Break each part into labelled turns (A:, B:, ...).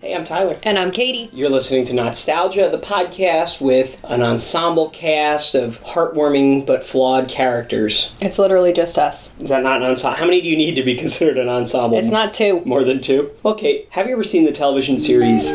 A: Hey, I'm Tyler.
B: And I'm Katie.
A: You're listening to Nostalgia, the podcast with an ensemble cast of heartwarming but flawed characters.
B: It's literally just us.
A: Is that not an ensemble? How many do you need to be considered an ensemble?
B: It's not two.
A: More than two? Okay, have you ever seen the television series?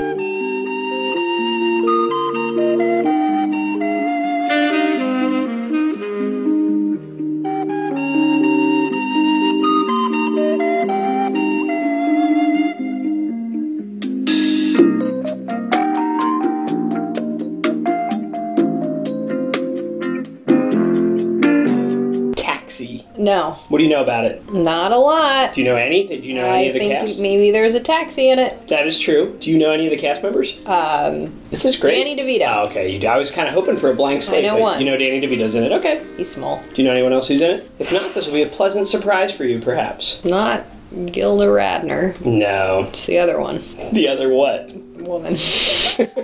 A: Taxi.
B: No,
A: What do you know about it?
B: not a lot.
A: Do you know anything? Do you know any
B: I
A: of the
B: think
A: cast?
B: maybe there's a taxi in it.
A: That is true. Do you know any of the cast members?
B: Um,
A: this is great.
B: Danny DeVito.
A: Oh, okay. You, I was kind of hoping for a blank slate.
B: know
A: but
B: one.
A: You know Danny DeVito's in it. Okay.
B: he's small.
A: Do you know anyone else who's in it? If not, this will be a pleasant surprise for you, perhaps.
B: Not Gilda Radner.
A: No.
B: It's the other one.
A: The other what?
B: Woman.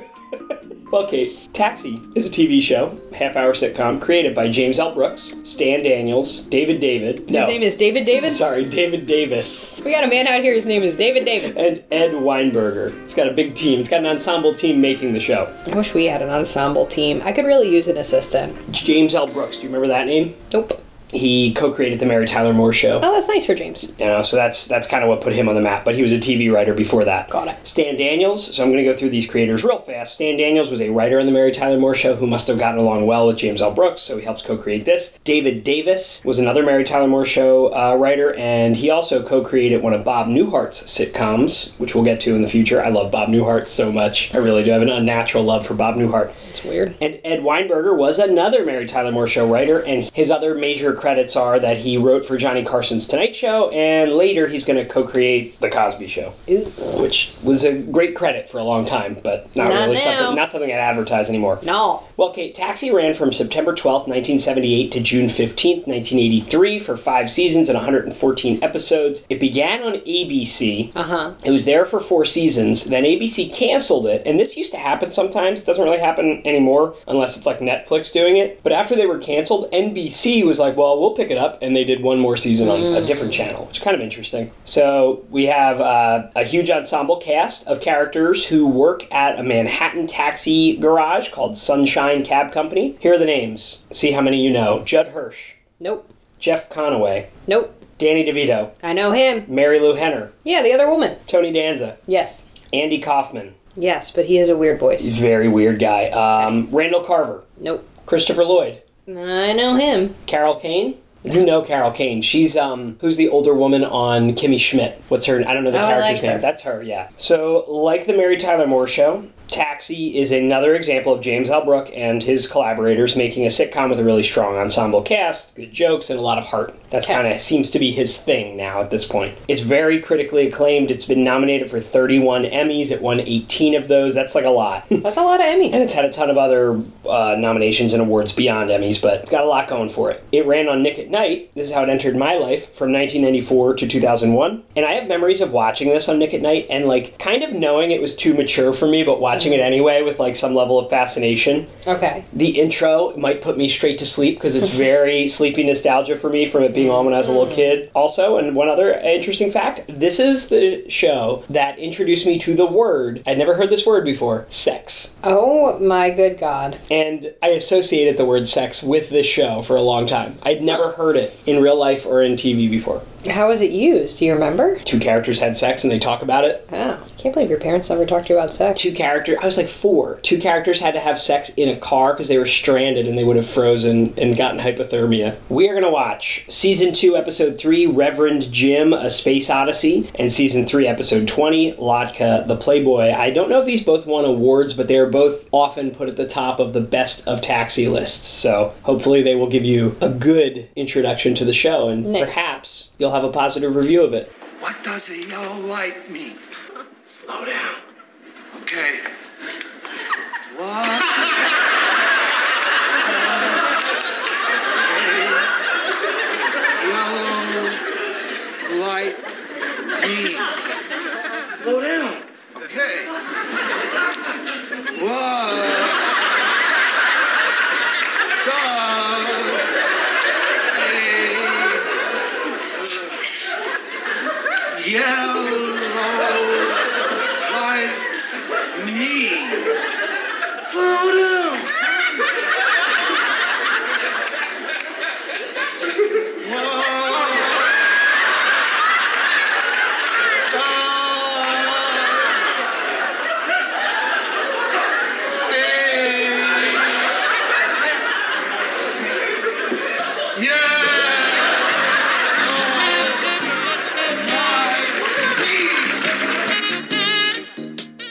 A: Well, Kate, Taxi is a TV show, half hour sitcom created by James L. Brooks, Stan Daniels, David David. No.
B: His name is David Davis.
A: Sorry, David Davis
B: We got a man out here. His name is David David.
A: and Ed Weinberger. It's got a big team. It's got an ensemble team making the show.
B: I wish we had an ensemble team. I could really use an assistant.
A: It's James L. Brooks. Do you remember that name?
B: Nope.
A: He co-created the Mary Tyler Moore Show.
B: Oh, that's nice for James.
A: You know, so that's that's kind of what put him on the map. But he was a TV writer before that.
B: Got it.
A: Stan Daniels. So I'm going to go through these creators real fast. Stan Daniels was a writer on the Mary Tyler Moore Show who must have gotten along well with James L. Brooks, so he helps co-create this. David Davis was another Mary Tyler Moore Show uh, writer, and he also co-created one of Bob Newhart's sitcoms, which we'll get to in the future. I love Bob Newhart so much. I really do have an unnatural love for Bob Newhart.
B: It's weird.
A: And Ed Weinberger was another Mary Tyler Moore Show writer, and his other major credits are that he wrote for Johnny Carson's Tonight Show, and later he's going to co create The Cosby Show, which was a great credit for a long time, but not,
B: Not
A: really
B: now.
A: something, not something I'd advertise anymore.
B: No.
A: Well, Kate, Taxi ran from September 12th, 1978 to June 15th, 1983 for five seasons and 114 episodes. It began on ABC.
B: Uh huh.
A: It was there for four seasons. Then ABC canceled it, and this used to happen sometimes. It doesn't really happen anymore unless it's like Netflix doing it. But after they were canceled, NBC was like, "Well, we'll pick it up," and they did one more season on a different channel, which is kind of interesting. So we have uh, a huge ensemble cast of characters who work at a Manhattan taxi garage called Sunshine Cab Company. Here are the names. See how many you know: Judd Hirsch,
B: Nope.
A: Jeff Conaway,
B: Nope.
A: Danny DeVito,
B: I know him.
A: Mary Lou Henner,
B: Yeah, the other woman.
A: Tony Danza,
B: Yes.
A: Andy Kaufman.
B: Yes, but he has a weird voice.
A: He's a very weird guy. Um, Randall Carver,
B: Nope.
A: Christopher Lloyd,
B: I know him.
A: Carol Kane. You know Carol Kane. She's um, who's the older woman on Kimmy Schmidt. What's her? I don't know the
B: Oh, I
A: character's
B: like
A: name.
B: her.
A: That's her. Yeah. So like the Mary Tyler Moore Show, Taxi is another example of James L. Brook and his collaborators making a sitcom with a really strong ensemble cast, good jokes, and a lot of heart. That's
B: Okay.
A: kind of seems to be his thing now at this point. It's very critically acclaimed. It's been nominated for 31 Emmys. It won 18 of those. That's like a lot.
B: That's a lot of Emmys.
A: And it's had a ton of other uh, nominations and awards beyond Emmys, but it's got a lot going for it. It ran on Nick at Night. This is how it entered my life from 1994 to 2001. And I have memories of watching this on Nick at Night and, like, kind of knowing it was too mature for me, but watching it anyway with, like, some level of fascination.
B: Okay.
A: The intro might put me straight to sleep because it's very sleepy nostalgia for me from it being on when I was a little kid. Also, and one other interesting fact this is the show that introduced me to the word, I'd never heard this word before sex.
B: Oh my good God.
A: And I associated the word sex with this show for a long time. I'd never heard it in real life or in TV before.
B: How was it used? Do you remember?
A: Two characters had sex and they talk about it.
B: Oh, I can't believe your parents never talked to you about sex.
A: Two character I was like four. Two characters had to have sex in a car because they were stranded and they would have frozen and gotten hypothermia. We are going to watch season 2 episode 3 Reverend Jim A Space Odyssey and season 3 episode 20 Lotka the Playboy. I don't know if these both won awards but they are both often put at the top of the best of taxi lists. So hopefully they will give you a good introduction to the show and
B: Nice.
A: perhaps you'll have a positive review of it.
C: What does a yellow light mean? Slow down. Okay. What? does a yellow light mean? Slow down. Okay. What? Does a yellow light me. Slow down. Whoa. Oh. Hey. Yeah.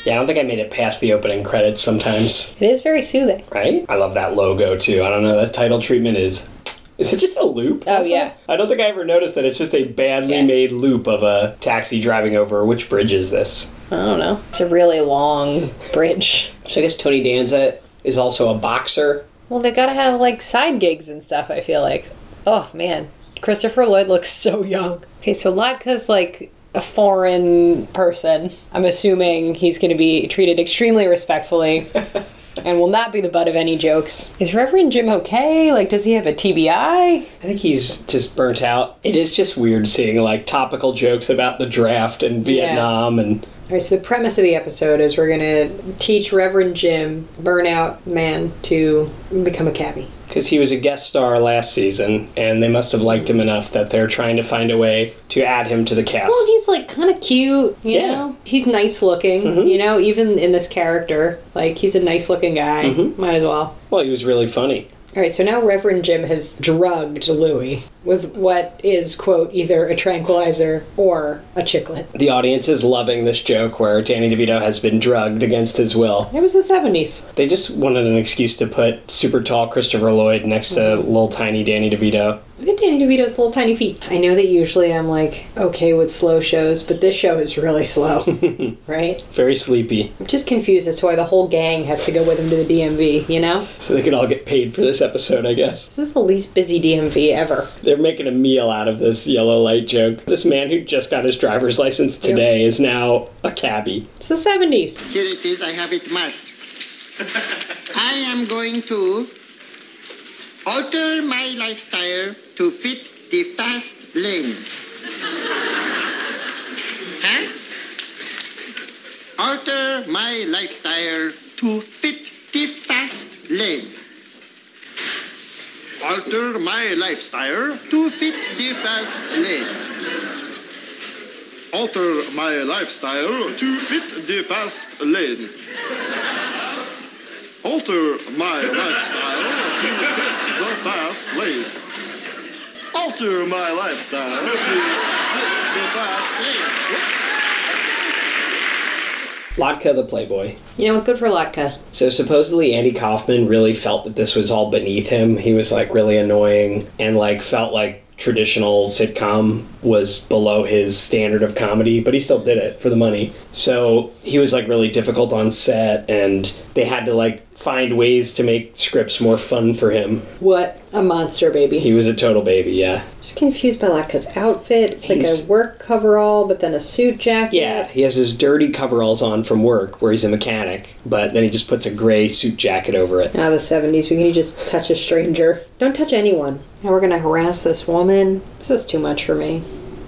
A: Yeah, I don't think I made it past the opening credits sometimes,
B: It is very soothing.
A: right? I love that logo too. I don't know, that title treatment is. Is it just a loop?
B: Oh,
A: also?
B: yeah.
A: I don't think I ever noticed that it's just a badly
B: Yeah.
A: made loop of a taxi driving over. Which bridge is this?
B: I don't know. It's a really long bridge.
A: So I guess Tony Danza is also a boxer.
B: Well, they gotta have like side gigs and stuff, I feel like. Oh, man. Christopher Lloyd looks so young. Okay, so Latka's like a foreign person. I'm assuming he's gonna be treated extremely respectfully and will not be the butt of any jokes. Is Reverend Jim okay? Like, does he have a TBI?
A: I think he's just burnt out. It is just weird seeing like topical jokes about the draft and Vietnam and
D: All right, so the premise of the episode is we're gonna teach Reverend Jim, burnout man, to become a cabbie.
A: because he was a guest star last season and they must have liked him enough that they're trying to find a way to add him to the cast.
D: Well, he's like kind of cute, you
A: Yeah.
D: know. He's nice looking, you know. Even in this character, like he's a nice looking guy. Might as well.
A: well, he was really funny.
D: All right, so now Reverend Jim has drugged Louie with what is quote either a tranquilizer or a chiclet.
A: The audience is loving this joke where Danny DeVito has been drugged against his will.
D: It was the seventies.
A: They just wanted an excuse to put super tall Christopher Lloyd next to little tiny Danny DeVito.
D: Look at Danny DeVito's little tiny feet. I know that usually I'm like okay with slow shows, but this show is really slow, right?
A: Very sleepy.
D: I'm just confused as to why the whole gang has to go with him to the DMV, you know?
A: So they could all get paid for this episode, I guess.
D: This is the least busy DMV ever.
A: They're making a meal out of this yellow light joke. This man who just got his driver's license today is now a cabbie.
D: It's the 70s.
E: Here it is, I have it marked. I am going to alter my lifestyle to fit the fast lane. Huh? Alter my lifestyle to fit the fast lane. Alter my lifestyle to fit the fast lane. Alter my lifestyle to fit the fast lane. Alter my lifestyle to fit the fast lane. Alter my lifestyle to fit the fast lane.
A: Lotka the Playboy.
D: You know what? Good for Latka.
A: So supposedly Andy Kaufman really felt that this was all beneath him. He was like really annoying and like felt like traditional sitcom was below his standard of comedy, but he still did it for the money. So he was like really difficult on set and they had to like find ways to make scripts more fun for him.
D: What a monster, baby.
A: He was a total baby, yeah.
D: Just confused by Latka's outfit. It's like
A: He's-
D: a work coverall, but then a suit jacket.
A: Yeah, he has his dirty coveralls on from work where he's a mechanic, but then he just puts a gray suit jacket over it.
D: Now the 70s, we can just touch a stranger. Don't touch anyone. Now we're gonna harass this woman. This is too much for me.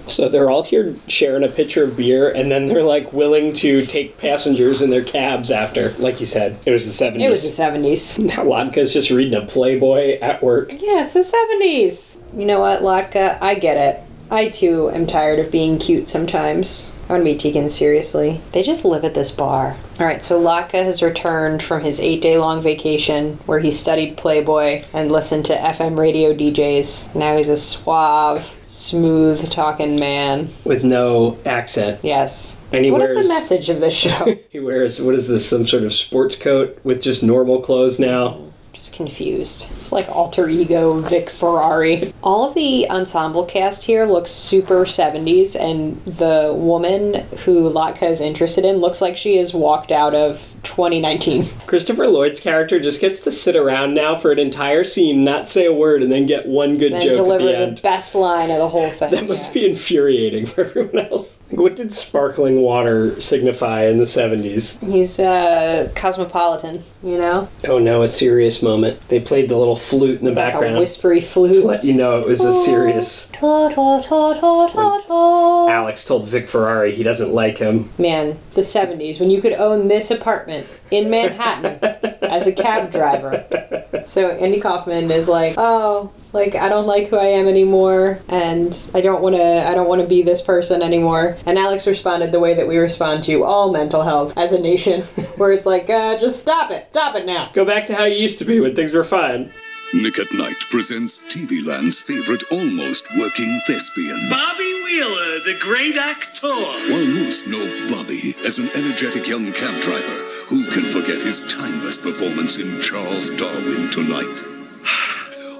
A: So they're all here sharing a pitcher of beer, and then they're like willing to take passengers in their cabs after. Like you said, it was the 70s.
D: It was the 70s.
A: now Lodka's just reading a Playboy at work.
D: Yeah, it's the 70s. You know what, Latka? I get it. I too am tired of being cute sometimes. I want to be taken seriously. They just live at this bar. All right, so Latka has returned from his eight day long vacation where he studied Playboy and listened to FM radio DJs. Now he's a suave, smooth talking man.
A: With no accent.
D: Yes.
A: And he
D: what is
A: wears-
D: the message of this show?
A: He wears, what is this, some sort of sports coat with just normal clothes now?
D: just confused. It's like alter ego Vic Ferrari. All of the ensemble cast here looks super 70s, and the woman who Latka is interested in looks like she has walked out of 2019.
A: Christopher Lloyd's character just gets to sit around now for an entire scene, not say a word, and then get one good
D: And
A: joke at
D: deliver
A: the
D: the,
A: end.
D: best line of the whole thing.
A: That must be infuriating for everyone else. I think What did sparkling water signify in the 70s?
D: He's uh, cosmopolitan, you know?
A: Oh no, a serious moment. They played the little flute in the
D: Like
A: background.
D: a Oh. whispery flute.
A: Let you know it was a serious.
D: Ta, ta, ta, ta, ta, ta.
A: Alex told Vic Ferrari he doesn't like him.
D: Man, the 70s, when you could own this apartment in Manhattan as a cab driver. So Andy Kaufman is like, "Oh, like I don't like who I am anymore and I don't want to I don't want to be this person anymore." And Alex responded the way that we respond to all mental health as a nation, where it's like, uh, "Just stop it. Stop it now."
A: Go back to how you used to be when things were fine.
F: Nick at Night presents TV Land's favorite almost working thespian.
G: Bobby Wheeler, the great actor.
F: While most know Bobby as an energetic young cab driver, who can forget his timeless performance in Charles Darwin tonight?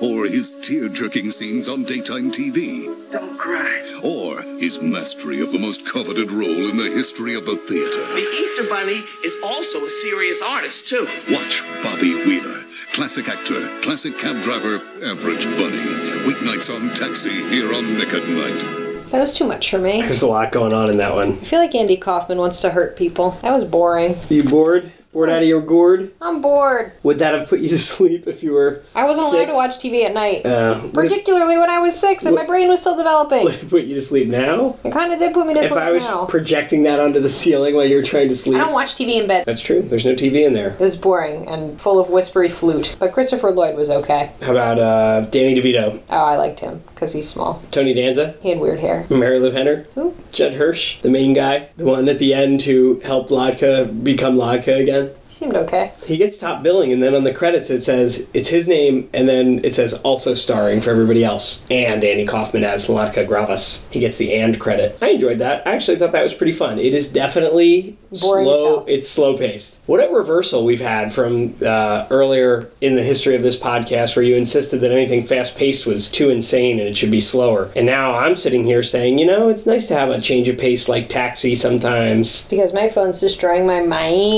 F: Or his tear jerking scenes on daytime TV?
C: Don't cry.
F: Or his mastery of the most coveted role in the history of the theater?
G: The Easter Bunny is also a serious artist, too.
F: Watch Bobby Wheeler, classic actor, classic cab driver, average bunny. Weeknights on Taxi here on Nick at Night.
D: That was too much for me.
A: There's a lot going on in that one.
D: I feel like Andy Kaufman wants to hurt people. That was boring.
A: Are you bored? Bored out of your gourd?
D: I'm bored.
A: Would that have put you to sleep if you were?
D: I wasn't allowed to
A: Six.
D: watch TV at night.
A: Uh, would it-
D: Particularly when I was six and my brain was still developing.
A: would it put you to sleep now?
D: It kind of did put me to
A: if
D: sleep
A: I was
D: now.
A: projecting that onto the ceiling while you were trying to
D: I
A: sleep.
D: don't watch TV in bed. It
A: That's true. There's no TV in there.
D: was boring and full of whispery flute. But Christopher Lloyd was okay.
A: How about uh, Danny DeVito,
D: Oh, I liked him because he's small.
A: Tony Danza,
D: He had weird hair.
A: Mary Lou Henner,
D: Who?
A: Jed Hirsch, the main guy, the one at the end who helped Lodka become Lodka again?
D: He seemed okay.
A: He gets top billing, and then on the credits it says it's his name, and then it says also starring for everybody else. And Andy Kaufman as Latka Gravas. He gets the and credit. I enjoyed that. I actually thought that was pretty fun. It is definitely
D: Boring as
A: slow.
D: hell.
A: It's slow paced. What a reversal we've had from uh, earlier in the history of this podcast, where you insisted that anything fast paced was too insane and it should be slower. And now I'm sitting here saying, you know, it's nice to have a change of pace like Taxi sometimes.
D: Because my phone's destroying my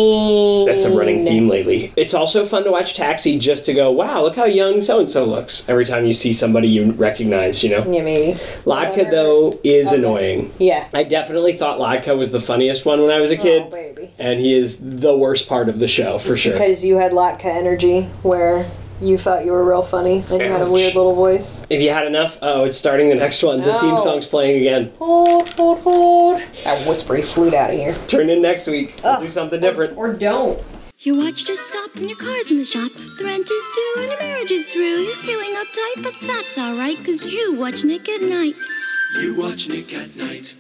D: mind.
A: That's a running theme lately. It's also fun to watch Taxi just to go, wow, look how young so and so looks every time you see somebody you recognize, you know?
D: Yeah, maybe.
A: Lodka, though, is annoying.
D: Yeah.
A: I definitely thought Lodka was the funniest one when I was a kid.
D: Oh, baby.
A: And he is the worst part of the show, for sure.
D: Because you had Latka energy where you thought you were real funny and you had a
A: Ouch.
D: weird little voice.
A: If you had enough, oh, it's starting the next one. The theme
D: No.
A: song's playing again.
D: Hold, hold, hold. That whispery flute out of here.
A: Turn in next week. We'll do something different.
D: Or don't.
H: Your watch just stopped and your car's in the shop. The rent is due and your marriage is through. You're feeling uptight, but that's alright, cause you watch Nick at night.
C: You watch Nick at night.